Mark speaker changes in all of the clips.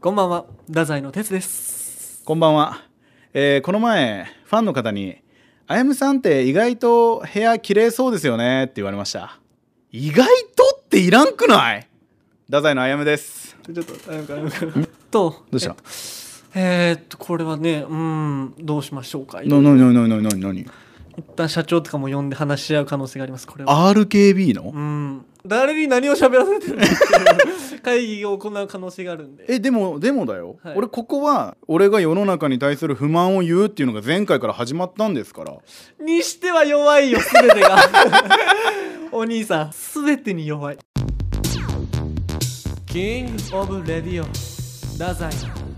Speaker 1: こんばんは、太宰の哲です。
Speaker 2: こんばんは、えーこの前ファンの方に「あやむさんって意外と部屋綺麗そうですよね」って言われました意外とっていらんくない太宰のあやむです
Speaker 1: ちょっと、あやむから、あやむから。と、
Speaker 2: どうした
Speaker 1: えーっと、これはね、うーん、どうしましょうか。
Speaker 2: ななになになになになに
Speaker 1: 一旦社長とかも呼んで話し合う可能性があります、これは。
Speaker 2: RKB の
Speaker 1: うん。誰に何を喋らせてるんだっていう会議を行う可能性があるんで。
Speaker 2: えでもでもだよ、
Speaker 1: はい
Speaker 2: 俺ここは俺が世の中に対する不満を言うっていうのが前回から始まったんですから
Speaker 1: にしては弱いよ、すべて が。お兄さん、すべてに弱い。キングオブレディオ、太宰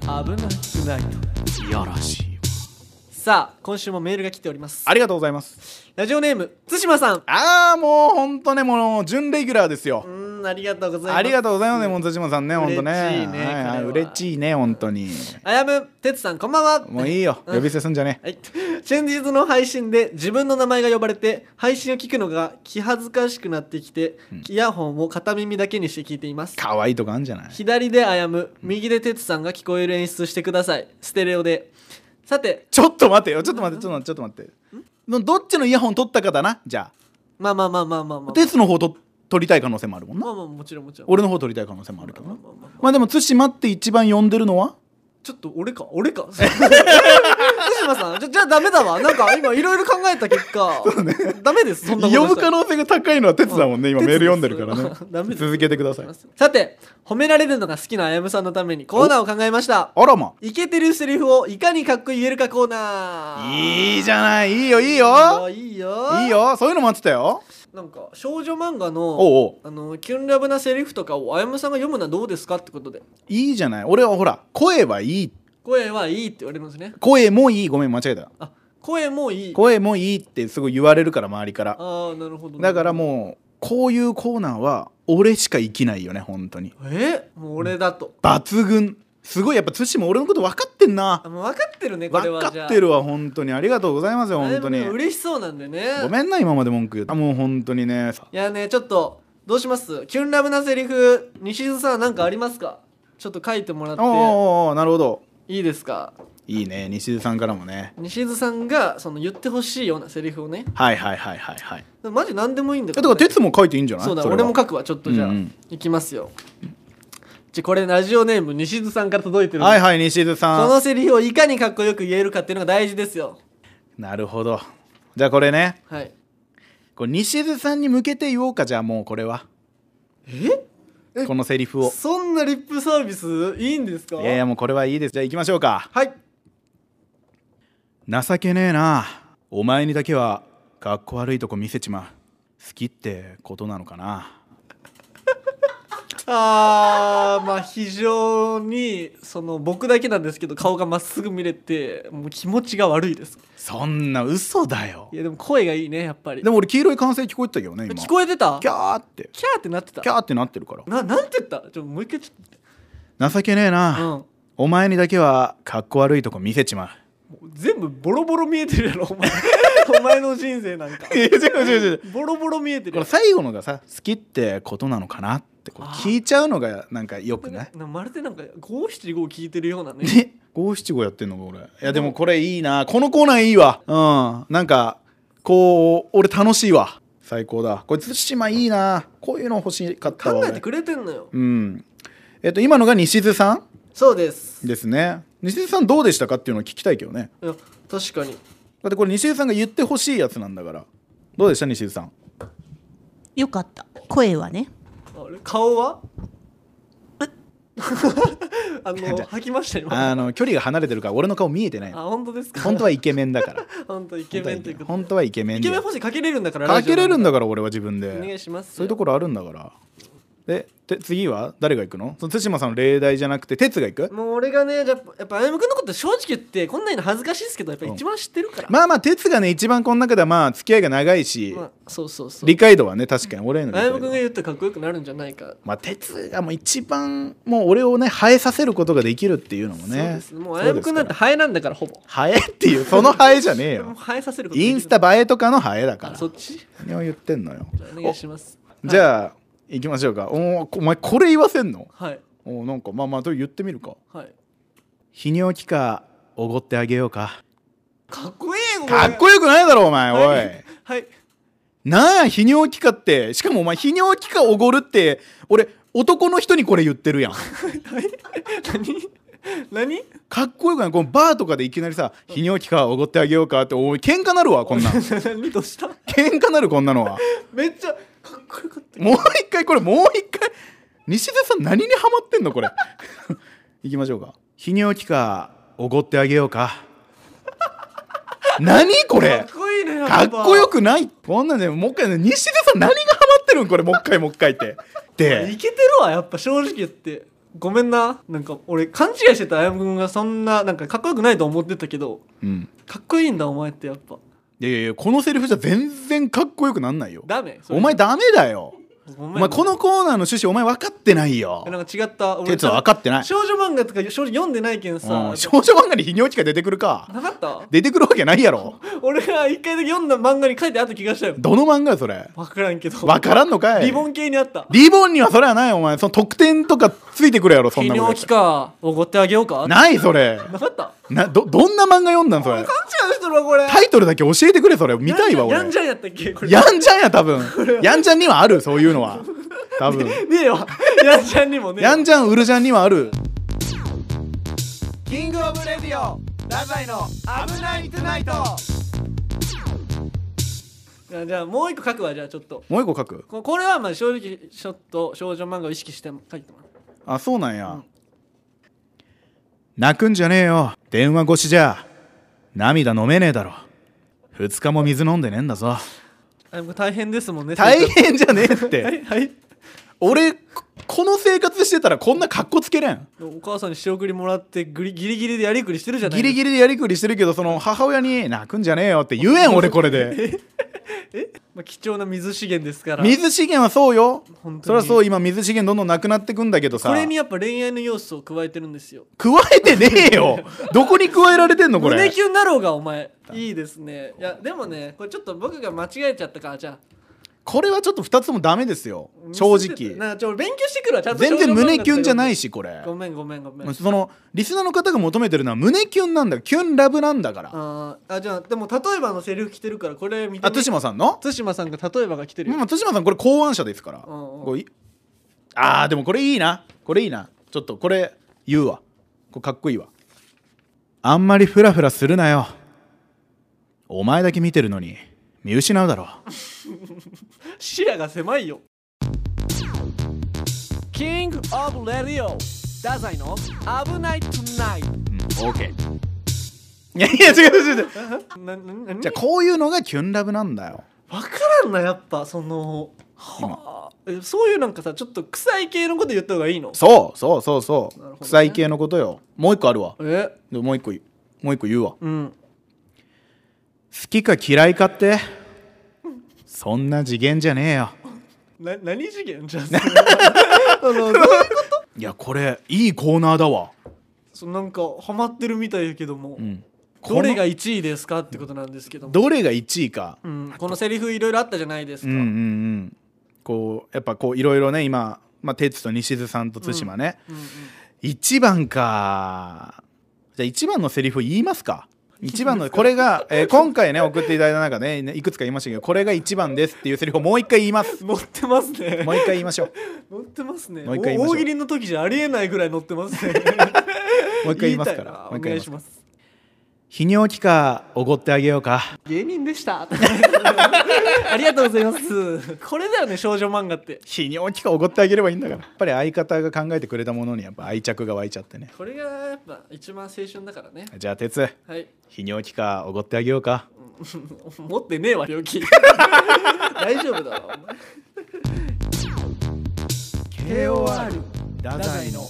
Speaker 1: の危なくないと。
Speaker 2: いやらしい
Speaker 1: さあ、今週もメールが来ております。
Speaker 2: ありがとうございます
Speaker 1: ラジオネーム、対馬さん。
Speaker 2: ああもうほんとねもう準レギュラーですよ
Speaker 1: うーん、ありがとうございます。
Speaker 2: ありがとうございますね、
Speaker 1: ん
Speaker 2: もんたじまさんね、本当ね。
Speaker 1: 嬉しいね
Speaker 2: はいはい
Speaker 1: これは
Speaker 2: 嬉しいね、本当に。
Speaker 1: あやむ、てつさん、こんばんは。
Speaker 2: もういいよ、
Speaker 1: うん
Speaker 2: 呼び捨てすんじゃね
Speaker 1: はい、先日の配信で自分の名前が呼ばれて配信を聞くのが気恥ずかしくなってきて、イヤホンを片耳だけにして聞いています
Speaker 2: え。可愛いとこあんじゃない。
Speaker 1: 左であやむ右でてつさんが聞こえる演出してくださいステレオでさて
Speaker 2: ちょっと待てよ、ちょっと待って、ちょっと待って、ちょっと待って。どっちのイヤホン取ったかだな、じゃ
Speaker 1: まあまあまあまあまあま
Speaker 2: あ。
Speaker 1: あま
Speaker 2: 鉄の方と取りたい可能性もあるもん
Speaker 1: あ
Speaker 2: な。
Speaker 1: まあもちろんもちろん
Speaker 2: 俺の方取りたい可能性もあるけど
Speaker 1: まあ
Speaker 2: な。
Speaker 1: まあまあまあ
Speaker 2: まあでも、対馬って一番呼んでるのは
Speaker 1: ちょっと俺か俺か 対馬さんじゃじゃあダメだわなんか今いろいろ考えた結果、ダメですそんなこと
Speaker 2: 呼ぶ
Speaker 1: した
Speaker 2: 可
Speaker 1: ら
Speaker 2: 能性が高いのは鉄だもんね、今
Speaker 1: うん
Speaker 2: メール読んでるから
Speaker 1: 鉄
Speaker 2: ね
Speaker 1: です ダメ。です
Speaker 2: 続けてください。
Speaker 1: さて褒められるのが好きなあやむさんのためにコーナーを考えました
Speaker 2: あらま。
Speaker 1: イケてるセリフをいかにかっこ言えるかコーナー
Speaker 2: いいじゃない、いいよ、いいよ。
Speaker 1: いいよ
Speaker 2: いいよ、そういうの待ってたよ。
Speaker 1: なんか少女漫画の
Speaker 2: おうおう。
Speaker 1: あのキュンラブなセリフとかをあやむさんが読むのはどうですかってことで
Speaker 2: いいじゃない俺はほら声はいい
Speaker 1: 声はいいって言われるんですね
Speaker 2: 声もいいごめん間違えた
Speaker 1: あ声もいい
Speaker 2: 声もいいってすごい言われるから周りから
Speaker 1: ああなるほど
Speaker 2: だから
Speaker 1: う
Speaker 2: もうこういうコーナーは俺しか生きないよね本当に
Speaker 1: えもう俺だと、
Speaker 2: 抜群すごいやっぱ津も俺のこと分かってんな
Speaker 1: あもう分かってるねこれ
Speaker 2: 分
Speaker 1: は
Speaker 2: か
Speaker 1: じゃあ
Speaker 2: ってるわ本当にありがとうございますよ本当
Speaker 1: あ
Speaker 2: に
Speaker 1: やむ嬉しそうなんでね
Speaker 2: ごめんな今まで文句言ったもう本当にね
Speaker 1: いやねちょっとどうしますキュンラブなセリフ西津さんなんかありますかちょっと書いてもらっ
Speaker 2: おーお
Speaker 1: て
Speaker 2: ーおーなるほど
Speaker 1: いいですか
Speaker 2: いいね西津さんからもね
Speaker 1: 西津さんがその言ってほしいようなセリフをね
Speaker 2: はいはいはいはいはい
Speaker 1: マジ何でもいいんだ
Speaker 2: えだ
Speaker 1: から
Speaker 2: か
Speaker 1: ね、
Speaker 2: ら鉄も書いていいんじゃない
Speaker 1: そうだ
Speaker 2: れは
Speaker 1: 俺も書くわちょっとじゃあ、
Speaker 2: うんうん
Speaker 1: いきますよじゃあこれラジオネーム西津さんから届いてるんで、
Speaker 2: はいはい西津
Speaker 1: こ
Speaker 2: さん
Speaker 1: のセリフをいかにかっこよく言えるかっていうのが大事ですよ
Speaker 2: なるほどじゃあこれね
Speaker 1: はい
Speaker 2: これ西津さんに向けて言おうかじゃあもうこれは
Speaker 1: え
Speaker 2: このセリフを
Speaker 1: そんなリップサービスいいんですか
Speaker 2: いやいやもうこれはいいですじゃあ行きましょうか
Speaker 1: はい
Speaker 2: 情けねえなお前にだけはかっこ悪いとこ見せちまう好きってことなのかな
Speaker 1: あーまあ非常にその僕だけなんですけど顔がまっすぐ見れてもう気持ちが悪いです
Speaker 2: そんな嘘だよ
Speaker 1: いやでも声がいいねやっぱり
Speaker 2: でも俺黄色い歓声聞こえてたけどね今
Speaker 1: 聞こえてた
Speaker 2: キャーって
Speaker 1: キャーってなってた
Speaker 2: キャーってなってるか
Speaker 1: ななんて言ったちょもう一回ちょっ
Speaker 2: ら情けねえ
Speaker 1: と、
Speaker 2: な、
Speaker 1: うん、
Speaker 2: お前にだけはかっこ悪いとこ見せちま
Speaker 1: もう全部ボロボロ見えてるやろお前 お前の人生なんか
Speaker 2: ういや違う違う違う
Speaker 1: ボロボロ見えてる
Speaker 2: こ
Speaker 1: や
Speaker 2: の
Speaker 1: ろ
Speaker 2: 最後のがさ好きってことなのかなってこれ
Speaker 1: あー
Speaker 2: 聞いちゃうのがなんかよくない
Speaker 1: なまるでなんか五七五聞いてるようなね
Speaker 2: ね五七五やってんのか俺いやでもこれいいなこのコーナーいいわうんなんかこう俺楽しいわ最高だこれ対馬いいなこういうの欲しかった
Speaker 1: 考
Speaker 2: わ俺
Speaker 1: えてくれてんのよ
Speaker 2: うんえっと今のが西津さ
Speaker 1: そうです
Speaker 2: んですね西津さんどうでしたかっていうのを聞きたいけどね
Speaker 1: いや確かに
Speaker 2: だってこれ西津さんが言ってほしいやつなんだからどうでした西津さん
Speaker 3: よかった声はね
Speaker 1: あれ顔は あの
Speaker 2: じゃあ
Speaker 1: 吐きました今
Speaker 2: あの距離が離れてるから俺の顔見えてない
Speaker 1: あ本当ですか
Speaker 2: 本当はイケメンだから
Speaker 1: 本当イケメンということ
Speaker 2: 本当はイケメ
Speaker 1: イ
Speaker 2: ン
Speaker 1: ケ
Speaker 2: だ
Speaker 1: メン
Speaker 2: よ
Speaker 1: 星かけれるんだから
Speaker 2: かけれるん
Speaker 1: だ
Speaker 2: だから俺は自分で
Speaker 1: お願いします
Speaker 2: そういうところあるんだから。で、て次は誰が行くのその対馬さんの例題じゃなくて、哲が行く
Speaker 1: もう俺がねじゃあやっぱあやむくんのこと正直言ってこんなに恥ずかしいですけどやっぱ一番知ってるから、
Speaker 2: まあまあ、哲がね、一番この中ではまあ、付き合いが長いし、
Speaker 1: まあそうそうそう
Speaker 2: 理解度はね、確かに俺への理
Speaker 1: あ
Speaker 2: 解
Speaker 1: や
Speaker 2: 度
Speaker 1: むくんが
Speaker 2: は。
Speaker 1: 言ったらかっこよくなるんじゃないか
Speaker 2: まあ、哲がもう一番、もう俺をね、生えさせることができるっていうのも
Speaker 1: そうで
Speaker 2: ね。
Speaker 1: すねもうあやむくんなんて
Speaker 2: そうですか
Speaker 1: ハエなんだからほぼ
Speaker 2: ら生えっていう、その生えじゃねえ
Speaker 1: もう
Speaker 2: よ。
Speaker 1: ハエさせることでき
Speaker 2: イ
Speaker 1: る
Speaker 2: ンスタ映えとかの生えだか
Speaker 1: あ
Speaker 2: ら
Speaker 1: そ。っち
Speaker 2: 何を言ってんのよ。
Speaker 1: じゃあお願いします
Speaker 2: じゃあ、行きましょうか。おお前、これ言わせんの
Speaker 1: はい
Speaker 2: おなんかまあまあと言ってみるか
Speaker 1: はい
Speaker 2: 泌尿器科おごってあげようか
Speaker 1: かっこいいこれ
Speaker 2: かっこよくないだろお前おい、
Speaker 1: はいはい
Speaker 2: なあ泌尿器科ってしかもお前泌尿器科おごるって俺男の人にこれ言ってるやん
Speaker 1: 何
Speaker 2: かっこよくないこのバーとかでいきなりさ泌尿器科おごってあげようかっておい喧嘩なるわこ んなん
Speaker 1: 何どうした
Speaker 2: 喧嘩なるこんなのは
Speaker 1: めっちゃかっこよかった
Speaker 2: もう一回これもう一回西田さん何にハマってんのこれ 行きましょうか泌尿器科おごってあげようか何これ
Speaker 1: かっこいいねや
Speaker 2: かっ
Speaker 1: ぱ
Speaker 2: こよくないこんなんでもう一回ね西田さん何がハマってるんこれもう一回もう一回って
Speaker 1: い
Speaker 2: で
Speaker 1: けてるわやっぱ正直言ってごめんななんか俺勘違いしてたあやむくんがそんななんかかっこよくないと思ってたけど
Speaker 2: うん
Speaker 1: かっこいいんだお前ってやっぱ
Speaker 2: いやいやいやこのセリフじゃ全然かっこよくなんないよ
Speaker 1: ダメそれ
Speaker 2: お前ダメだよ
Speaker 1: ご
Speaker 2: お
Speaker 1: めん
Speaker 2: 前このコーナーの趣旨お前分かってないよ
Speaker 1: なんか違った俺
Speaker 2: 哲は分かってない、
Speaker 1: 少女漫画とか正直読んでないけん
Speaker 2: う
Speaker 1: さ
Speaker 2: ん、少女漫画に泌尿器科出てくるか
Speaker 1: なかった
Speaker 2: 出てくるわけないやろ
Speaker 1: 俺が一回だけ読んだ漫画に書いてあった気がしたよ
Speaker 2: どの漫画よそれ
Speaker 1: 分からんけど
Speaker 2: 分からんのかい
Speaker 1: リボン系にあった
Speaker 2: リボンにはそれはないよお前その得点とかついてくるやろそん
Speaker 1: 泌
Speaker 2: なもん
Speaker 1: 尿器科おごってあげようかな
Speaker 2: ないそれ
Speaker 1: かった
Speaker 2: などどんな漫画読んだんそれ
Speaker 1: 勘違いしてるわこれ
Speaker 2: タイトルだけ教えてくれそれ見たいわ俺
Speaker 1: やんじゃんやんやったっけこれ
Speaker 2: やんちゃんや多分やんちゃんにはあるそういうのは 多分
Speaker 1: ね えわやんじゃんにもね
Speaker 2: やんちゃんうるちゃんにはある
Speaker 1: キングオブレディオラザイの危ないトゥナイトじゃあもう一個書くわじゃあちょっと
Speaker 2: もう一個書く
Speaker 1: ここれはまあ正直ちょっと少女漫画を意識して書いてます
Speaker 2: あそうなんや、泣くんじゃねえよ電話越しじゃ涙飲めねえだろ2日も水飲んでねえんだぞ
Speaker 1: あでも大変ですもんね
Speaker 2: 大変じゃねえっ
Speaker 1: は
Speaker 2: て
Speaker 1: いはい
Speaker 2: 俺ここの生活してたらこんな格好つけれん
Speaker 1: お母さんに仕送りもらってグリギリギリでやりくりしてるじゃない
Speaker 2: ギリギリでやりくりしてるけどその母親に泣くんじゃねえよって言えん俺これ で
Speaker 1: まあ、貴重な水資源ですから
Speaker 2: 水資源はそうよ
Speaker 1: 本当に
Speaker 2: そりゃそう今水資源どんどんなくなってくんだけどさ
Speaker 1: これにやっぱ恋愛の要素を加えてるんですよ
Speaker 2: 加えてね えよどこに加えられてんのこ
Speaker 1: 胸
Speaker 2: れ
Speaker 1: キュンだろうがお前いいですねいやでもねこれちょっと僕が間違えちゃったからじゃあ
Speaker 2: これはちょっと2つもダメですよ正直
Speaker 1: なんかちょ勉強してくるわちゃんと
Speaker 2: 全然胸キュンじゃないいしこれ
Speaker 1: ごめんごめんごめん
Speaker 2: そのリスナーの方が求めてるのは胸キュンなんだキュンラブなんだから
Speaker 1: あーあじゃあでも例えばのセリフ来てるからこれ見て
Speaker 2: あ
Speaker 1: み
Speaker 2: 対馬さんの
Speaker 1: 対馬さんが例えばが来てるよ、
Speaker 2: まあ対馬さんこれ考案者ですから
Speaker 1: うんうん
Speaker 2: こういあーでもこれいいなこれいいなちょっとこれ言うわこれかっこいいわあんまりフラフラするなよお前だけ見てるのに見失うだろう
Speaker 1: 視野が狭いよキングオブレディオダザイの危ないトゥナイ ト
Speaker 2: オーケーいやいや違う違う違う
Speaker 1: ななな
Speaker 2: じゃあこういうのがキュンラブなんだよ
Speaker 1: 分からんなやっぱそのはあえそういうなんかさちょっと臭い系のこと言った方がいいの
Speaker 2: そうそうそうそ
Speaker 1: なるほど
Speaker 2: う、
Speaker 1: ね
Speaker 2: 臭い系のことよもう一個あるわ
Speaker 1: え
Speaker 2: でもう一個言うもう一個言うわ好
Speaker 1: うん
Speaker 2: きか嫌いかってそんな次元じゃねえよ
Speaker 1: な何次元じゃあそれ あ のどう
Speaker 2: いやこれいいコーナーだわ、
Speaker 1: そうなんかハマってるみたいやけども、
Speaker 2: うん、
Speaker 1: どれが
Speaker 2: こ
Speaker 1: 1位ですかってことなんですけど
Speaker 2: の
Speaker 1: も
Speaker 2: どれが1位か
Speaker 1: うん、このセリフいろいろあったじゃないですか、
Speaker 2: うんうんうんこうやっぱこういろいろね今、まあ、哲と西津さんと対馬ね、
Speaker 1: うんうん
Speaker 2: 1番かじゃあ1番のセリフ言いますか1番のこれが、 えー今回ね送っていただいた中で、ね、いくつか言いましたけどこれが1番ですっていうセリフをもう一回言います
Speaker 1: 乗ってますね
Speaker 2: もう一回言いましょ う
Speaker 1: 乗ってますね
Speaker 2: もう一回言いましょ
Speaker 1: お大
Speaker 2: う
Speaker 1: 喜利の時じゃありえないぐらい乗ってますね
Speaker 2: もう一回言いますか
Speaker 1: たな
Speaker 2: らもう
Speaker 1: お願
Speaker 2: 一回言
Speaker 1: い
Speaker 2: い
Speaker 1: し
Speaker 2: ます
Speaker 1: ます
Speaker 2: 泌尿器科おごってあげようか
Speaker 1: 芸人でした ありがとうございますこれだよね少女漫画って
Speaker 2: 泌尿器科おごってあげればいいんだからやっぱり相方が考えてくれたものにやっぱ愛着が湧いちゃってね
Speaker 1: これがやっぱ一番青春だからね
Speaker 2: じゃあ哲
Speaker 1: はい
Speaker 2: 泌尿器科おごってあげようか
Speaker 1: 持ってねえわ病 気大丈夫だろお前
Speaker 2: KOR ダザイの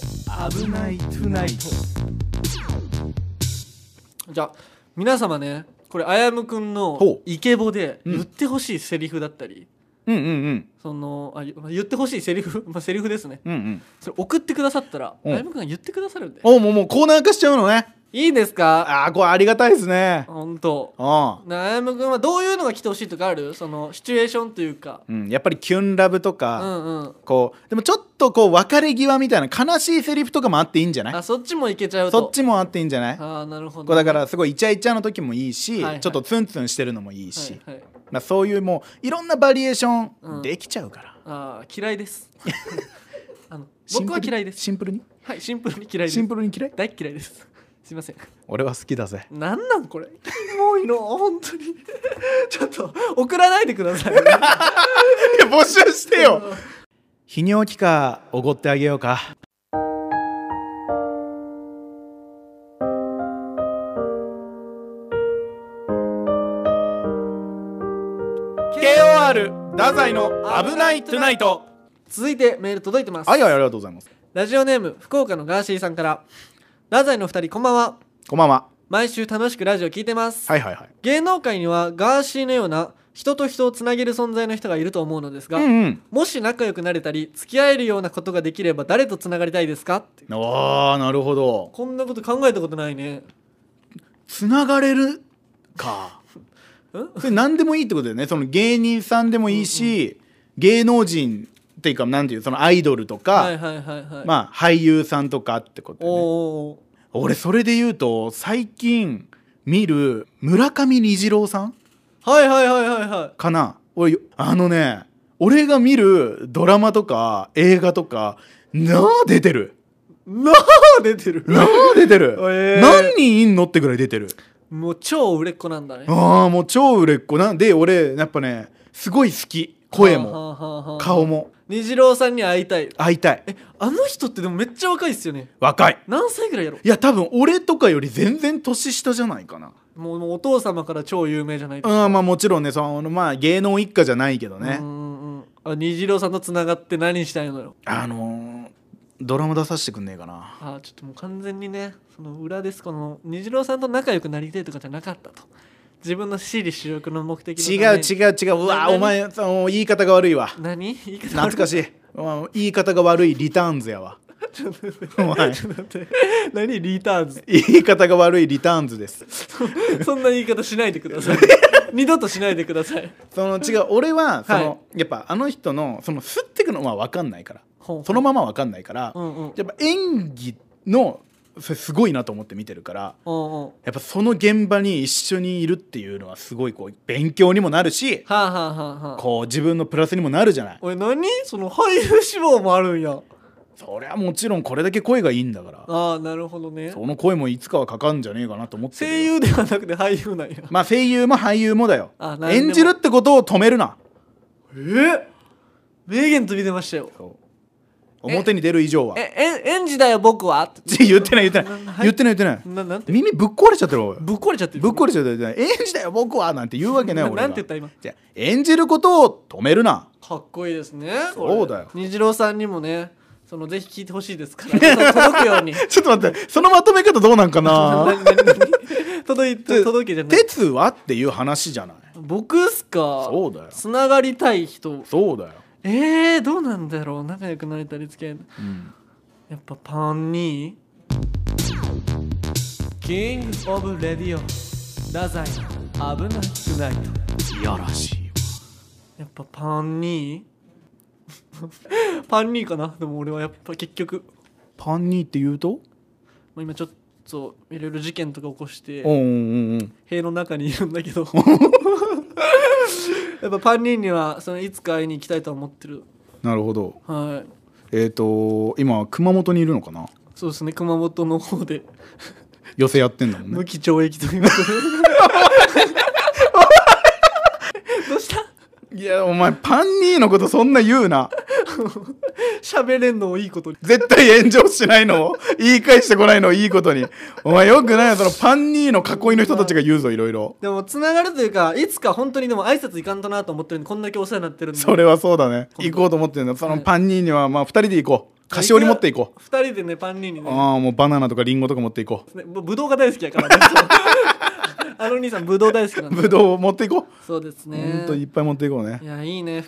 Speaker 2: 危ないトゥナイト
Speaker 1: じゃあ皆様ねこれあやむくんの
Speaker 2: ほう
Speaker 1: イケボで
Speaker 2: うん
Speaker 1: 言ってほしいセリフだったり、
Speaker 2: うんうんうん
Speaker 1: そのあゆ言ってほしいセリフ まあセリフですね
Speaker 2: うんうん
Speaker 1: それ送ってくださったらあ
Speaker 2: うん
Speaker 1: やむくんが言ってくださるんで
Speaker 2: おもうもうコーナー化しちゃうのね
Speaker 1: いいですか
Speaker 2: ああこれありがたいですね
Speaker 1: 本当
Speaker 2: うん
Speaker 1: なあやむくんはどういうのが来てほしいとかあるそのシチュエーションというか
Speaker 2: うん、やっぱりキュンラブと
Speaker 1: う
Speaker 2: か、
Speaker 1: んうん
Speaker 2: こうでもちょっとこう別れ際みたいな悲しいセリフとかもあっていいんじゃない
Speaker 1: あそっちもいけちゃうと
Speaker 2: そっちもあっていいんじゃない
Speaker 1: ああなるほ
Speaker 2: こ
Speaker 1: ど
Speaker 2: うだからすごいイチャイチャの時もいいし、
Speaker 1: はいはい
Speaker 2: ちょっとツンツンしてるのもいいし、
Speaker 1: はいはい、
Speaker 2: まあ、そういうもういろんなバリエーショ
Speaker 1: う
Speaker 2: ン
Speaker 1: ん
Speaker 2: できちゃうから、
Speaker 1: ああ嫌いです あの
Speaker 2: シン
Speaker 1: 僕
Speaker 2: プル
Speaker 1: は嫌いです
Speaker 2: シンプルに
Speaker 1: はいシンプルに嫌いです
Speaker 2: シンプルに嫌い
Speaker 1: 大っ嫌いですすいません
Speaker 2: 俺は好きだ ぜ
Speaker 1: なんなんこれキモいの本当に ちょっと送らないでくだ さい
Speaker 2: いや募集してよ泌尿器科おごってあげようか太宰の
Speaker 1: 危ないトゥナイ
Speaker 2: ト
Speaker 1: 続いてメール届いてます、
Speaker 2: はいはいありがとうございます
Speaker 1: ラジオネーム福岡のガーシーさんから太宰の二人こんばんは
Speaker 2: こんばんは
Speaker 1: 毎週楽しくラジオ聞いてます、
Speaker 2: はいはいはい
Speaker 1: 芸能界にはガーシーのような人と人をつなげる存在の人がいると思うのですが、
Speaker 2: うんうん
Speaker 1: もし仲良くなれたり付き合えるようなことができれば誰とつながりたいですかって
Speaker 2: あーなるほど
Speaker 1: こんなこと考えたことないね
Speaker 2: つながれるか
Speaker 1: ん
Speaker 2: それ何でもいいってことだよねその芸人さんでもいいし、芸能人っていうかなんていうそのアイドルとか、
Speaker 1: はいはいはいはい、あ、
Speaker 2: まあ俳優さんとかってことだよね
Speaker 1: おーお
Speaker 2: 俺それで言うと最近見る村上虹郎さん
Speaker 1: ーはいはいはいはいは
Speaker 2: かな俺よあのね俺が見るドラマとか映画とかなあ出てる
Speaker 1: いな あ出てる
Speaker 2: なあ出てる、
Speaker 1: えー
Speaker 2: 何人いんのってぐらい出てる
Speaker 1: もう超売れっ子なんだね
Speaker 2: ああもう超売れっ子なんで俺やっぱねすごい好き声も
Speaker 1: も
Speaker 2: 顔も
Speaker 1: 虹郎さんに会いたい
Speaker 2: 会いたい
Speaker 1: えあの人ってでもめっちゃ若いっすよね
Speaker 2: 若い
Speaker 1: 何歳ぐらいやろ
Speaker 2: いや多分俺とかより全然年下じゃないかな
Speaker 1: もうもうお父様から超有名じゃないですか
Speaker 2: うんまあもちろんねそのまあ芸能一家じゃないけどね、
Speaker 1: うんうんうんあ虹郎さんとつながって何したいのよ
Speaker 2: あのードラマ出させてくんねえかな
Speaker 1: あーちょっともう完全にねその裏ですこの虹郎さんと仲良くなりたいとかじゃなかったと自分の私利私欲の目的の
Speaker 2: 違
Speaker 1: た
Speaker 2: う
Speaker 1: めに
Speaker 2: 違う違ううわ
Speaker 1: 何
Speaker 2: お前その言い方が悪 いわ
Speaker 1: 何言い方
Speaker 2: 懐か
Speaker 1: しい
Speaker 2: しいうん言い方が悪いリターンズやわお前
Speaker 1: ちょっと待って何リターンズ
Speaker 2: 言い方が悪いリターンズです
Speaker 1: そんな言い方しないでくださ い二度としないでください
Speaker 2: その違う俺はその、
Speaker 1: は
Speaker 2: やっぱあの人のその吸ってくのは分かんないから
Speaker 1: ほう
Speaker 2: そのまま分かんないから、
Speaker 1: うんうん
Speaker 2: やっぱ演技のそれすごいなと思って見てるから
Speaker 1: うんうんは
Speaker 2: やっぱその現場に一緒にいるっていうのはすごいこう勉強にもなるし
Speaker 1: あ、はあはあはあ、
Speaker 2: こう自分のプラスにもなるじゃない
Speaker 1: おい何その俳優志望もあるんや
Speaker 2: そりゃもちろんこれだけ声がいいんだから
Speaker 1: ああなるほどね
Speaker 2: その声もいつかはかかんじゃねえかなと思ってるよ
Speaker 1: 声優ではなくて俳優なんや
Speaker 2: まあ声優も俳優もだよ
Speaker 1: あ何でも
Speaker 2: 演じるってことを止めるな
Speaker 1: え名言飛び出ましたよ
Speaker 2: 表に出る以上は
Speaker 1: ええ園児だよ僕はって
Speaker 2: ち 言ってない言ってない
Speaker 1: はい
Speaker 2: 言ってない言ってない
Speaker 1: ななんて
Speaker 2: 耳ぶっ壊れちゃってるわおい
Speaker 1: ぶっ壊れちゃってる
Speaker 2: ぶっ壊れちゃってる演じだよ僕はなんて言うわけない
Speaker 1: な
Speaker 2: 俺が
Speaker 1: なんて言った今
Speaker 2: じゃあ演じることを止めるな
Speaker 1: かっこいいですね
Speaker 2: そうだよ
Speaker 1: これ虹郎さんにもねそのぜひ聞いてほしいですから 届くように
Speaker 2: ちょっと待ってそのまとめ方どうなんか な
Speaker 1: 何何何届い
Speaker 2: で
Speaker 1: 届けじゃない
Speaker 2: 鉄はっていう話じゃない
Speaker 1: 僕っすか
Speaker 2: そうだよ
Speaker 1: つながりたい人
Speaker 2: そうだよ、
Speaker 1: えー、どうなんだろう仲良くなれたり付き合い
Speaker 2: うん
Speaker 1: やっぱパンにキングオブレディオ太宰の危なくないと
Speaker 2: いやらしいわ
Speaker 1: やっぱパンに パンにかなでも俺はやっぱ結局
Speaker 2: パンニーって言うと
Speaker 1: まあ今ちょっといろいろ事件とか起こして
Speaker 2: うんうんうん
Speaker 1: 塀の中にいるんだけど やっぱパンニーにはそのいつか会いに行きたいとは思ってる
Speaker 2: なるほど
Speaker 1: はい
Speaker 2: えっ、と今熊本にいるのかな
Speaker 1: そうですね熊本の方で
Speaker 2: 寄せやってんだもん
Speaker 1: 無
Speaker 2: ね
Speaker 1: 期懲役ということでどうした
Speaker 2: いやお前パンニーのことそんな言うな
Speaker 1: 喋れんのをいいことに
Speaker 2: 絶対炎上しないのを言い返してこないのをいいことにお前よくないよそのパンニーの囲いの人たちが言うぞいろいろ
Speaker 1: でもつながるというかいつか本当にでも挨拶いかんとなと思ってるんでこんだけお世話になってるんで
Speaker 2: それはそうだね行こうと思ってんだそのパンニーにはまあ2人で行こう菓子折り持って行こう
Speaker 1: 2人でねパンニーにね
Speaker 2: ああもうバナナとかリンゴとか持って行こ
Speaker 1: ねぶぶどうが大好きやから、ね、あのお兄さんぶどう大好きなん
Speaker 2: う
Speaker 1: で
Speaker 2: ぶどうを持って行こ
Speaker 1: そうです
Speaker 2: うほ
Speaker 1: ね
Speaker 2: んといっぱい持って行こうね
Speaker 1: いやいいね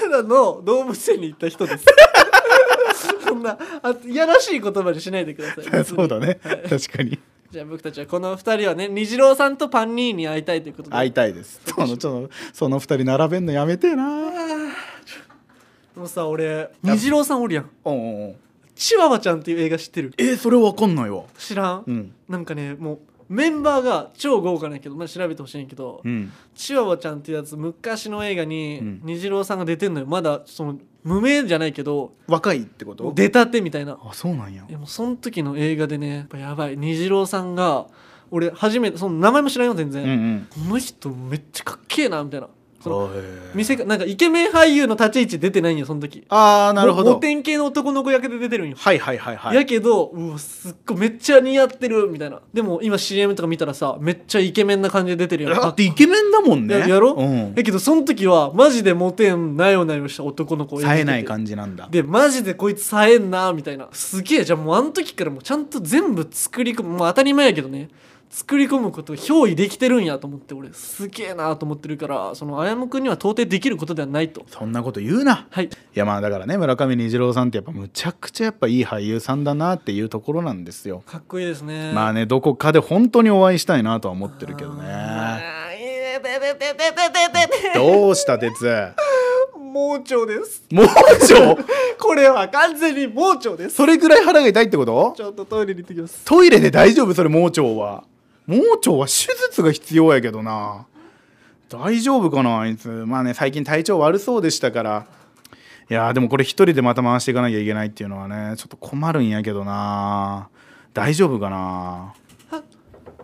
Speaker 1: ただの動物園に行った人です そんなあいやらしい言葉にしないでください
Speaker 2: そうだね確かに
Speaker 1: じゃあ僕たちはこの二人はね虹郎さんとパンニーに会いたいということで
Speaker 2: 会いたいですそのちょっとその二人並べんのやめてえな
Speaker 1: もうさ俺虹郎さんおるやん
Speaker 2: おんおんおん
Speaker 1: チワワちゃんっていう映画知ってる
Speaker 2: えーそれわかんないわ
Speaker 1: 知らん、
Speaker 2: うん
Speaker 1: なんかねもうメンバーが超豪華なんやけど、まあ、調べてほしいんやけど、
Speaker 2: うん
Speaker 1: チワワちゃんっていうやつ昔の映画
Speaker 2: う
Speaker 1: に
Speaker 2: ん
Speaker 1: 虹郎さんが出てんのよまだその無名じゃないけど
Speaker 2: 若いってこと
Speaker 1: 出たてみたいな
Speaker 2: あそうなんや
Speaker 1: でもその時の映画でねやっぱやばい虹郎さんが俺初めてその名前も知らんよ全
Speaker 2: う
Speaker 1: 然、
Speaker 2: んうん
Speaker 1: この人めっちゃかっけえなみたいなその
Speaker 2: あへー
Speaker 1: 見せかなんかイケメン俳優の立ち位置出てないんよその時
Speaker 2: あーなるほ
Speaker 1: お
Speaker 2: ど
Speaker 1: お典型の男の子役で出てるんよ
Speaker 2: はいはいはいはい
Speaker 1: やけどうわすっごいめっちゃ似合ってるみたいなでも今 CM とか見たらさめっちゃイケメンな感じで出てるやん
Speaker 2: だってイケメンだもんね
Speaker 1: ややろ、
Speaker 2: うん
Speaker 1: やけどその時はマジでモテんなよなよした男の子を演じて
Speaker 2: 冴
Speaker 1: て
Speaker 2: えない感じなんだ
Speaker 1: でマジでこいつ冴えんなみたいなすげえじゃあもうあの時からもうちゃんと全部作り込むもう当たり前やけどね作り込むことを憑依できてるんやと思って俺すげえなと思ってるからそのあやむくんには到底できることではないと
Speaker 2: そんなこと言うな
Speaker 1: はい
Speaker 2: いやまあだからね村上虹郎さんってやっぱむちゃくちゃやっぱいい俳優さんだなっていうところなんですよ
Speaker 1: かっこいいですね
Speaker 2: まあねどこかで本当にお会いしたいなとは思ってるけどね
Speaker 1: あーいいねべべべべべべべ
Speaker 2: どうした鉄
Speaker 1: 盲腸です
Speaker 2: 盲腸
Speaker 1: これは完全に盲腸です
Speaker 2: それぐらい腹が痛いってこと
Speaker 1: ちょっとトイレに行ってきます
Speaker 2: トイレで大丈夫それ盲腸は盲腸は手術が必要やけどな大丈夫かなあいつまあね最近体調悪そうでしたからいやーでもこれ一人でまた回していかなきゃいけないっていうのはねちょっと困るんやけどな大丈夫かな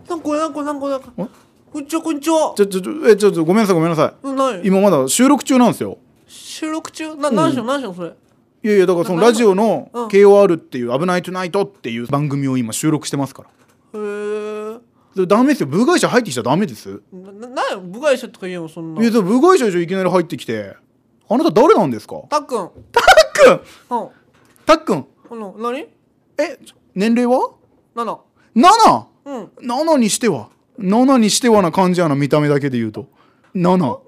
Speaker 1: なんかなんかなんかなんか
Speaker 2: お
Speaker 1: こんにちはこんにちは
Speaker 2: ちょちょちょえちょちょごめんなさいごめんなさ
Speaker 1: なない
Speaker 2: い今まだ収録中なんですよ
Speaker 1: 収録中な何しよう何しようそれ
Speaker 2: いやいやだからそのラジオの
Speaker 1: うん
Speaker 2: KOR っていう「危ないトゥナイト」っていう番組を今収録してますから
Speaker 1: へえ
Speaker 2: それダメですよ部外者入ってきちゃダメです
Speaker 1: なななんや部外者とか言えよそんない
Speaker 2: やでも部外者でしょいきなり入ってきてあなた誰なんですか
Speaker 1: たっくんうん
Speaker 2: たっくん
Speaker 1: あ
Speaker 2: たっくん
Speaker 1: の何
Speaker 2: えちょ年齢は
Speaker 1: なな
Speaker 2: 7?7
Speaker 1: うん
Speaker 2: にしては7にしてはな感じやな見た目だけで言うと77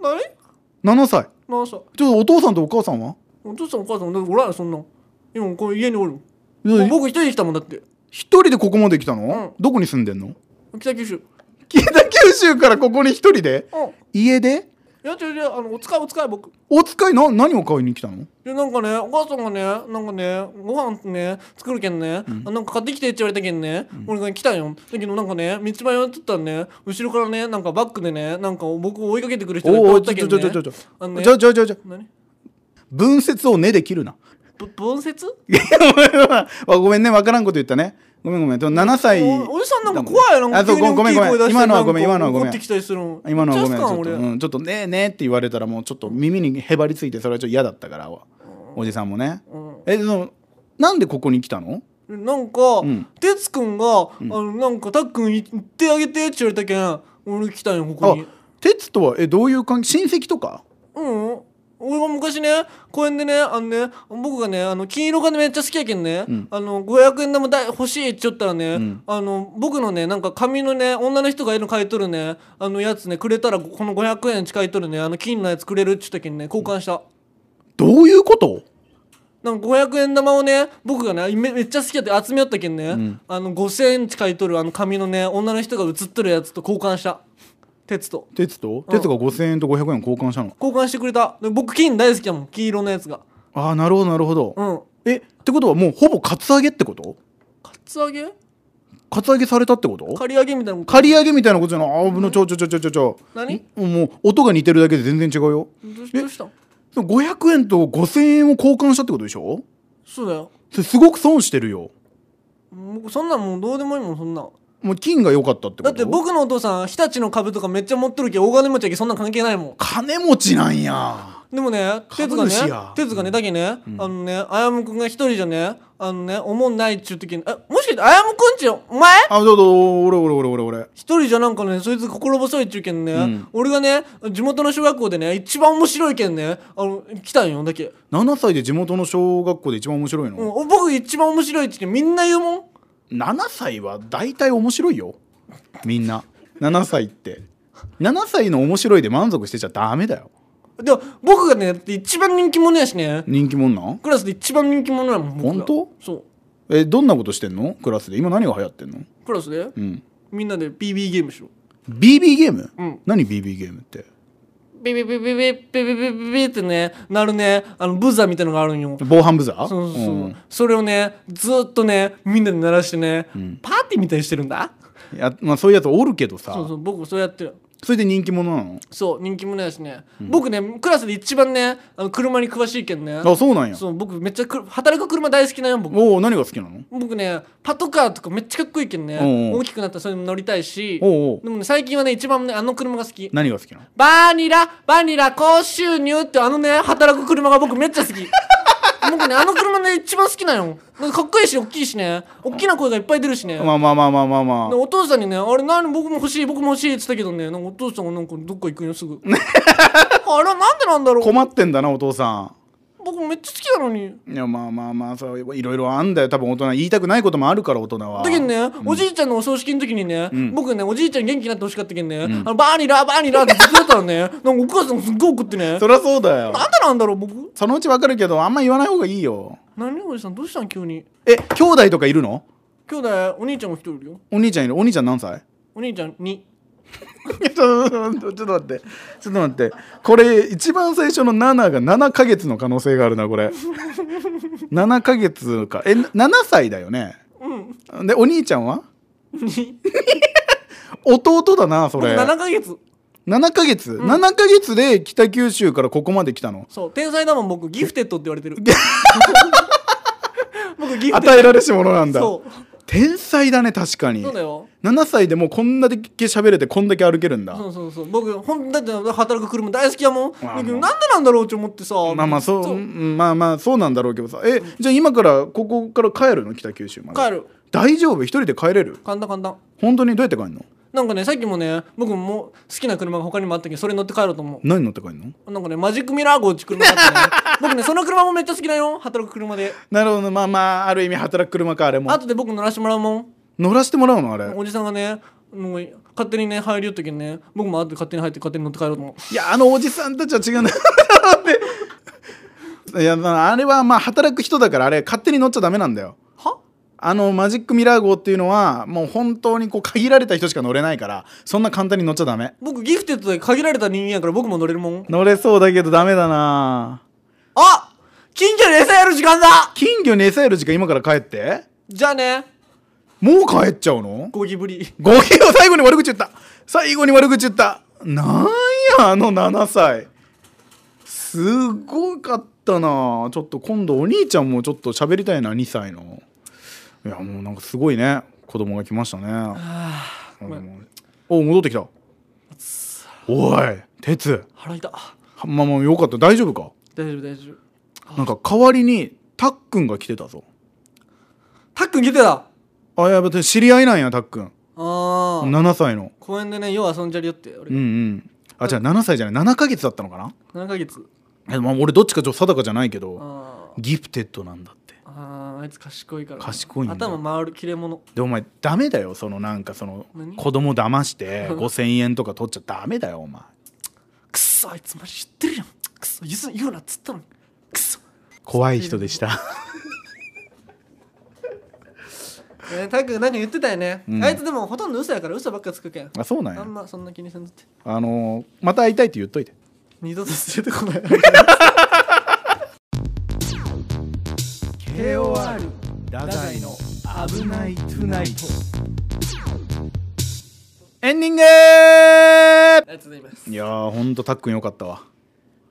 Speaker 1: 何
Speaker 2: 歳
Speaker 1: 何歳
Speaker 2: ちょっとお父さんとお母さんは
Speaker 1: お父さんお母さんなんかおらんよそんなん今この家におるも
Speaker 2: いや
Speaker 1: う僕一人で来たもんだって
Speaker 2: 一人でここまで来たの、
Speaker 1: う
Speaker 2: どこに住んでんの
Speaker 1: 北九州
Speaker 2: 北九州からここに一人で
Speaker 1: うんい
Speaker 2: 家で
Speaker 1: や違う違うあのお使いお使い僕
Speaker 2: お使いな何を買いに来たの
Speaker 1: でなんかねお母さんがねなんかねご飯ね作るけんね、あなんか買ってきてって言われたけんね、俺が来たんよだけどなんかね道迷いとったらね後ろからねなんかバックでねなんか僕を追いかけてくる人がいっぱい
Speaker 2: お
Speaker 1: お
Speaker 2: お
Speaker 1: っ
Speaker 2: ち
Speaker 1: た
Speaker 2: ょ
Speaker 1: け
Speaker 2: ち
Speaker 1: ん
Speaker 2: ょ
Speaker 1: ね
Speaker 2: ちょちょちょ
Speaker 1: あのね
Speaker 2: ちょちょちょちょ
Speaker 1: 何
Speaker 2: 文節を「ね」で切る な
Speaker 1: ぶ盆節
Speaker 2: わごめんねわからんこと言ったねごめんごめんでも7歳
Speaker 1: おおじさんなんか怖いなんか
Speaker 2: あそう
Speaker 1: 急に
Speaker 2: ごめんごめ
Speaker 1: 大
Speaker 2: ん
Speaker 1: きい声出して
Speaker 2: 今の
Speaker 1: な
Speaker 2: は
Speaker 1: んか
Speaker 2: ごめん今のはごめん
Speaker 1: 怒ってきたりするの
Speaker 2: 今のはごめ
Speaker 1: め
Speaker 2: んち
Speaker 1: っちゃ好
Speaker 2: ょ
Speaker 1: き
Speaker 2: っと、
Speaker 1: なの
Speaker 2: うん、ちょっとねえねえって言われたらもうちょっと耳にへばりついてそれはちょっと嫌だったからおじさんもね、えそのなんでここに来たの
Speaker 1: 俺なんか、
Speaker 2: ん
Speaker 1: てつくんが、あのなんかたっくん行ってあげてって言われたけん俺来たんよここ
Speaker 2: あ
Speaker 1: に
Speaker 2: 鉄とはえどういう関係親戚とか
Speaker 1: うん俺が昔ね公園でねあのね僕がねあの金色がねめっちゃ好きやけんね、
Speaker 2: ん
Speaker 1: あの500円玉だい欲しいって言ったらね、
Speaker 2: ん
Speaker 1: あの僕のねなんか紙のね女の人が絵の描いとるねあのやつねくれたらこの500円近いとるねあの金のやつくれるって言ったけんね交換した。
Speaker 2: どういうこと
Speaker 1: なんか500円玉をね僕がねめめっちゃ好きやって集めよったけんね、あの5000円近いとるあの紙のね女の人が写っとるやつと交換した鉄と
Speaker 2: 鉄と鉄が5000円と500円交換したの
Speaker 1: 交換してくれたで僕金大好きやもん黄色のやつが
Speaker 2: ああなるほどなるほど、
Speaker 1: うん
Speaker 2: えってことはもうほぼカツアゲってこと
Speaker 1: カツアゲ
Speaker 2: カツアゲされたってこと
Speaker 1: 刈り上げみたいなこと
Speaker 2: 刈り上げみたいなことじゃないあーぶのちょちょちょちょちょちょ
Speaker 1: 何
Speaker 2: もう音が似てるだけで全然違うよ
Speaker 1: どうし
Speaker 2: え
Speaker 1: どうしたん
Speaker 2: その500円と5000円を交換したってことでしょ
Speaker 1: そうだよ
Speaker 2: それすごく損してるよ
Speaker 1: 僕そんなんもうどうでもいいもんそんなん
Speaker 2: もう金が良かったってこと
Speaker 1: だって僕のお父さん日立の株とかめっちゃ持っとるけん大金持ちやけんそんなん関係ないもん
Speaker 2: 金持ちなんや
Speaker 1: でもね、哲が
Speaker 2: 株主
Speaker 1: ね
Speaker 2: や、
Speaker 1: 哲がね、だけね、あのね、あやむくんが一人じゃね、あのね、おもんないっちゅう時に、え、もしかしてあやむくんちよ、お前
Speaker 2: あどうぞ俺俺俺俺俺
Speaker 1: 一人じゃなんかね、そいつ心細いっちゅうけんね、
Speaker 2: ん
Speaker 1: 俺がね、地元の小学校でね、一番面白いけんね、あの、来たんよ、だけ。
Speaker 2: 7歳で地元の小学校で一番面白いの、
Speaker 1: うん、僕一番面白いっちゅうけん、みんな言うもん。
Speaker 2: 7歳は大体面白いよみんな7歳って7歳の面白いで満足してちゃダメだよ
Speaker 1: でも、僕がね、だって一番人気者やしね、
Speaker 2: 人気者なん
Speaker 1: クラスで一番人気者やもん、僕が
Speaker 2: 本当
Speaker 1: そう。
Speaker 2: えどんなことしてんのクラスで今何が流行ってんの
Speaker 1: クラスで
Speaker 2: うん
Speaker 1: みんなで BB ゲームしろ
Speaker 2: BB ゲーム、
Speaker 1: うん
Speaker 2: 何 BB ゲームって
Speaker 1: ビビビビビビビビビビってねなるねあのブザーみたいのがあるんよ
Speaker 2: 防犯ブザー
Speaker 1: そうそう、
Speaker 2: うん
Speaker 1: それをねずっとねみんなで鳴らしてね、パーティーみたいにしてるんだ
Speaker 2: いやまあ、そういうやつおるけどさ
Speaker 1: そうそう僕もそうやってる
Speaker 2: それで人気者なの
Speaker 1: そう人気者やしね、僕ねクラスで一番ねあの車に詳しいけんね
Speaker 2: あそうなんや
Speaker 1: そう僕めっちゃく働く車大好きなんよ僕
Speaker 2: おお何が好きなの
Speaker 1: 僕ねパトカーとかめっちゃかっこいいけんね
Speaker 2: おうおう
Speaker 1: 大きくなったらそれに乗りたいし
Speaker 2: おうおう
Speaker 1: でもね最近はね一番ねあの車が好き
Speaker 2: 何が好きなの
Speaker 1: バニラバニラ高収入ってあのね働く車が僕めっちゃ好き 僕ねあの車ね一番好きなんよなんかかっこいいし大きいしね大きな声がいっぱい出るしね
Speaker 2: まあまあまあまあまあま
Speaker 1: でお父さんにね「あれ何僕も欲しい僕も欲しい」っつったけどねなんかお父さんがなんかどっか行くんよすぐ あれなんでなんだ
Speaker 2: あ
Speaker 1: ろう
Speaker 2: 困ってんだなお父さ
Speaker 1: 僕めっちゃ好きなのに
Speaker 2: んいやまあまあまあそういろいろあんだよ多分大人言いたくないこともあるから大人は
Speaker 1: だけどね、おじいちゃんのお葬式の時にね、
Speaker 2: ん
Speaker 1: 僕ねおじいちゃん元気になってほしかったけんね、あのバーニラバーニラってずっとやったらねなんかお母さんすっごい怒ってねなんで
Speaker 2: そりゃそうだよ
Speaker 1: なんだろう僕
Speaker 2: そのうちわかるけどあんま言わない方がいいよ
Speaker 1: 何おじさんどうしたん急に
Speaker 2: え兄弟とかいるの
Speaker 1: 兄弟お兄ちゃんも一人いるよ
Speaker 2: お兄ちゃんいるお兄ちゃん何歳
Speaker 1: お兄ちゃんに
Speaker 2: ちょっとちょっと待ってちょっと待ってこれ一番最初の7が7ヶ月の可能性があるなこれ 7ヶ月かえ7歳だよね
Speaker 1: うん
Speaker 2: でお兄ちゃんは
Speaker 1: に
Speaker 2: 弟だなそ
Speaker 1: 僕
Speaker 2: れ
Speaker 1: 7ヶ月
Speaker 2: 7ヶ月、7ヶ月で北九州からここまで来たの
Speaker 1: そう天才だもん僕ギフテッドって言われてる 僕ギフテッ
Speaker 2: 与えられし者なん
Speaker 1: ド
Speaker 2: だ
Speaker 1: そう
Speaker 2: 天才だね確かに
Speaker 1: そうだよ
Speaker 2: 7歳でもうこんだけ喋れてこんだけ歩けるんだ
Speaker 1: そうそうそう僕ほんだって働く車大好きやもん
Speaker 2: まあ
Speaker 1: だけどなんでなんだろうって思ってさ
Speaker 2: まあまあそううんまあまあそうなんだろうけどさえじゃあ今からここから帰るの北九州まで
Speaker 1: 帰る
Speaker 2: 大丈夫一人で帰れる
Speaker 1: 簡単簡単
Speaker 2: 本当にどうやって帰るの
Speaker 1: なんかねさっきもね僕も好きな車が他にもあったけどそれ乗って帰ろうと思
Speaker 2: 何乗って帰るの
Speaker 1: うなんかねマジックミラー号っていう車があってね僕ねその車もめっちゃ好きだよ働く車で
Speaker 2: なるほどまあまあある意味働く車かあれも
Speaker 1: 後で僕乗らしてもらうもん
Speaker 2: 乗らせてもらうのあれ
Speaker 1: おじさんがねもう勝手にね入りよったけんね僕も後で勝手に入って勝手に乗って帰ろうと思う
Speaker 2: いやあのおじさんたちは違うんだ いやまああれはまあ働く人だからあれ勝手に乗っちゃダメなんだよ
Speaker 1: は
Speaker 2: あのマジックミラー号っていうのはもう本当にこう限られた人しか乗れないからそんな簡単に乗っちゃダメ
Speaker 1: 僕ギフテッドで限られた人間やから僕も乗れるもん
Speaker 2: 乗れそうだけどダメだな
Speaker 1: あ金魚に餌やる時間だ
Speaker 2: 金魚に餌やる時間今から帰って
Speaker 1: じゃあね
Speaker 2: もう帰っちゃうの
Speaker 1: ゴキブリ
Speaker 2: ゴキを最後に悪口言った最後に悪口言ったなんやあの7歳すごかったなちょっと今度お兄ちゃんもちょっと喋りたいな2歳のいやもうなんかすごいね子供が来ましたねあ
Speaker 1: ごめん
Speaker 2: のお戻ってきたおい鉄
Speaker 1: 腹痛
Speaker 2: まあまあよかった大丈夫か
Speaker 1: 大丈夫大丈夫
Speaker 2: なんか代わりにたっくんが来てたぞ
Speaker 1: たっくん来てたあ
Speaker 2: あいや別に知り合いなんやたっくん
Speaker 1: あー
Speaker 2: 7歳の
Speaker 1: 公園でねよう遊んじゃるよって
Speaker 2: うん
Speaker 1: 俺
Speaker 2: うんあじゃあ7歳じゃない7ヶ月だったのかな
Speaker 1: 7ヶ月
Speaker 2: えまあ、俺どっちかちょっと定かじゃないけど
Speaker 1: あ
Speaker 2: ギフテッドなんだって
Speaker 1: ーあーあいつ賢いからな
Speaker 2: 賢いんだ
Speaker 1: 頭回る切れ者
Speaker 2: でお前ダメだよそのなんかその
Speaker 1: 何
Speaker 2: 子供騙 して5,000円とか取っちゃダメだよお前
Speaker 1: くそあいつマジ知ってるやんくそ言う言うなっつったのにくそ、
Speaker 2: 怖い人でした
Speaker 1: えー、たっくんなんか言ってたよね、
Speaker 2: うん
Speaker 1: あいつでもほとんど嘘やから嘘ばっかつくけん
Speaker 2: あそうなん
Speaker 1: あ
Speaker 2: や
Speaker 1: んまそんな気にせんとって
Speaker 2: あのーまた会いたいって言っといて
Speaker 1: 二度と出てこない
Speaker 2: KOR ダザイの危ないトゥナイトエンディング
Speaker 1: ありがとうございます
Speaker 2: いやーほんとたっくんよかったわ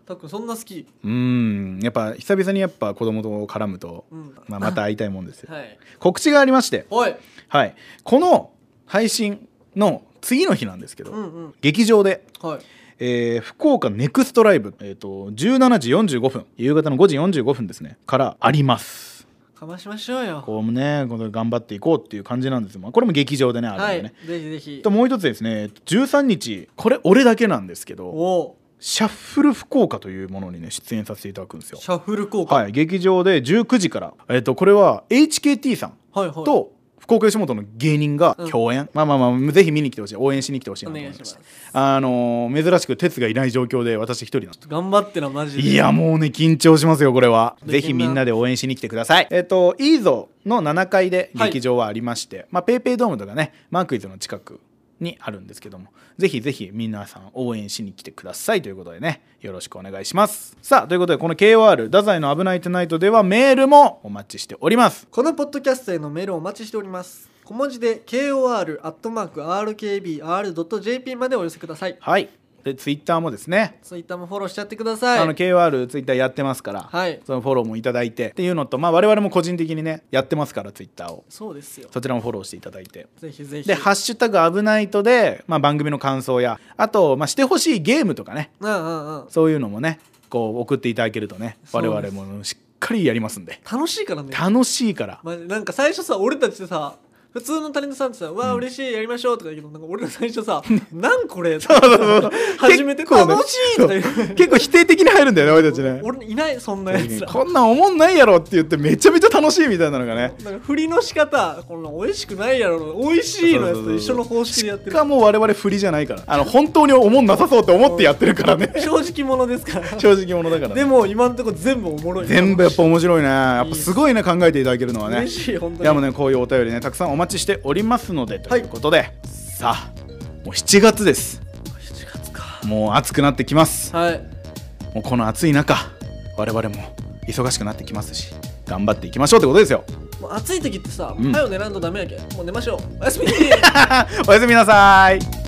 Speaker 1: たっくんそんな好き
Speaker 2: うんやっぱ久々にやっぱ子供と絡むと、
Speaker 1: うん
Speaker 2: まあ、また会いたいもんですよ
Speaker 1: はい
Speaker 2: 告知がありまして
Speaker 1: おい
Speaker 2: はい、この配信の次の日なんですけど、
Speaker 1: うんうん
Speaker 2: 劇場で、
Speaker 1: はい
Speaker 2: えー福岡ネクストライブ、えー、と17時45分夕方の5時45分ですねからあります
Speaker 1: かましましょうよ
Speaker 2: こうもねこの頑張っていこうっていう感じなんですまあこれも劇場でねあるん
Speaker 1: は
Speaker 2: で
Speaker 1: い
Speaker 2: ね、
Speaker 1: ぜひぜひ
Speaker 2: ともう一つですね13日これ俺だけなんですけど
Speaker 1: おお
Speaker 2: シャッフル福岡というものにね出演させていただくんですよ
Speaker 1: シャッフル効果
Speaker 2: はい劇場で19時から、えー、とこれは HKT さん
Speaker 1: はいはい
Speaker 2: と福岡吉本の芸人が
Speaker 1: うん
Speaker 2: 共演、まあまあまあぜひ見に来てほしい応援しに来てほしいな
Speaker 1: お
Speaker 2: と思
Speaker 1: 願
Speaker 2: い
Speaker 1: い
Speaker 2: ま
Speaker 1: し
Speaker 2: し
Speaker 1: ま
Speaker 2: た
Speaker 1: す
Speaker 2: あのー珍しく哲がいない状況で私一人なんです
Speaker 1: 頑張ってなマジで
Speaker 2: いやもうね緊張しますよこれは
Speaker 1: で
Speaker 2: ぜひみんなで応援しに来てくださいえっ、といいぞの7階で劇場はありまして、まあペイペイドームとかねマークイズの近くにあるんですけどもぜひぜひ皆さん応援しに来てくださいということでねよろしくお願いしますさあということでこの KOR 太宰の危ないトゥナイトではメールもお待ちしております
Speaker 1: このポッドキャストへのメールをお待ちしております小文字で kor.rkbr.jp までお寄せください
Speaker 2: はいでツイッターもですね
Speaker 1: ツイッターもフォローしちゃってください
Speaker 2: あの KOR ツイッターやってますから、
Speaker 1: はい
Speaker 2: そのフォローもいただいてっていうのと、まあ、我々も個人的にねやってますからツイッターを
Speaker 1: そうですよ
Speaker 2: そちらもフォローしていただいて
Speaker 1: ぜひぜひ
Speaker 2: で「ハッシュタグ危ないとで」まあ、番組の感想やあと、まあ、してほしいゲームとかね
Speaker 1: うんうんうん
Speaker 2: そういうのもねこう送っていただけるとね
Speaker 1: そう
Speaker 2: 我
Speaker 1: です
Speaker 2: 々もしっかりやりますんで
Speaker 1: 楽しいからね
Speaker 2: 楽しいから
Speaker 1: マジなんか最初さ俺たちさ普通のタレントさんってさ「うわ嬉しいやりましょう」とか言うけどなんか俺ら最初 さ「なんこれ」 初めて「
Speaker 2: 結構ね
Speaker 1: 楽しい」とか言
Speaker 2: そう結構否定的に入るんだよね俺たちね
Speaker 1: う俺いないそんなやつら
Speaker 2: こんなんおもんないやろって言ってめちゃめちゃ楽しいみたいなのがね
Speaker 1: なんか振りの仕方この美味しくないやろ美味しいのやつと一緒の方式でやって
Speaker 2: し
Speaker 1: る
Speaker 2: かも我々振りじゃないからあの本当におもんなさそうって思ってやってるからね
Speaker 1: 正直者ですから
Speaker 2: 正直者だからね
Speaker 1: でも今のところ全部おもろい
Speaker 2: 全部やっぱ面白いねやっぱすごいね考えていただけるのはね
Speaker 1: 嬉しい本当に
Speaker 2: いやもうねこういうお便りねたくさんお待ちしておりますのでということで、さあもう7月です
Speaker 1: 7月か
Speaker 2: もう暑くなってきます
Speaker 1: はい
Speaker 2: もうこの暑い中我々も忙しくなってきますし頑張っていきましょうってことですよ
Speaker 1: もう暑い時ってさ、
Speaker 2: うん
Speaker 1: 早う寝らんとダメやけんもう寝ましょうおやすみ
Speaker 2: おやすみなさい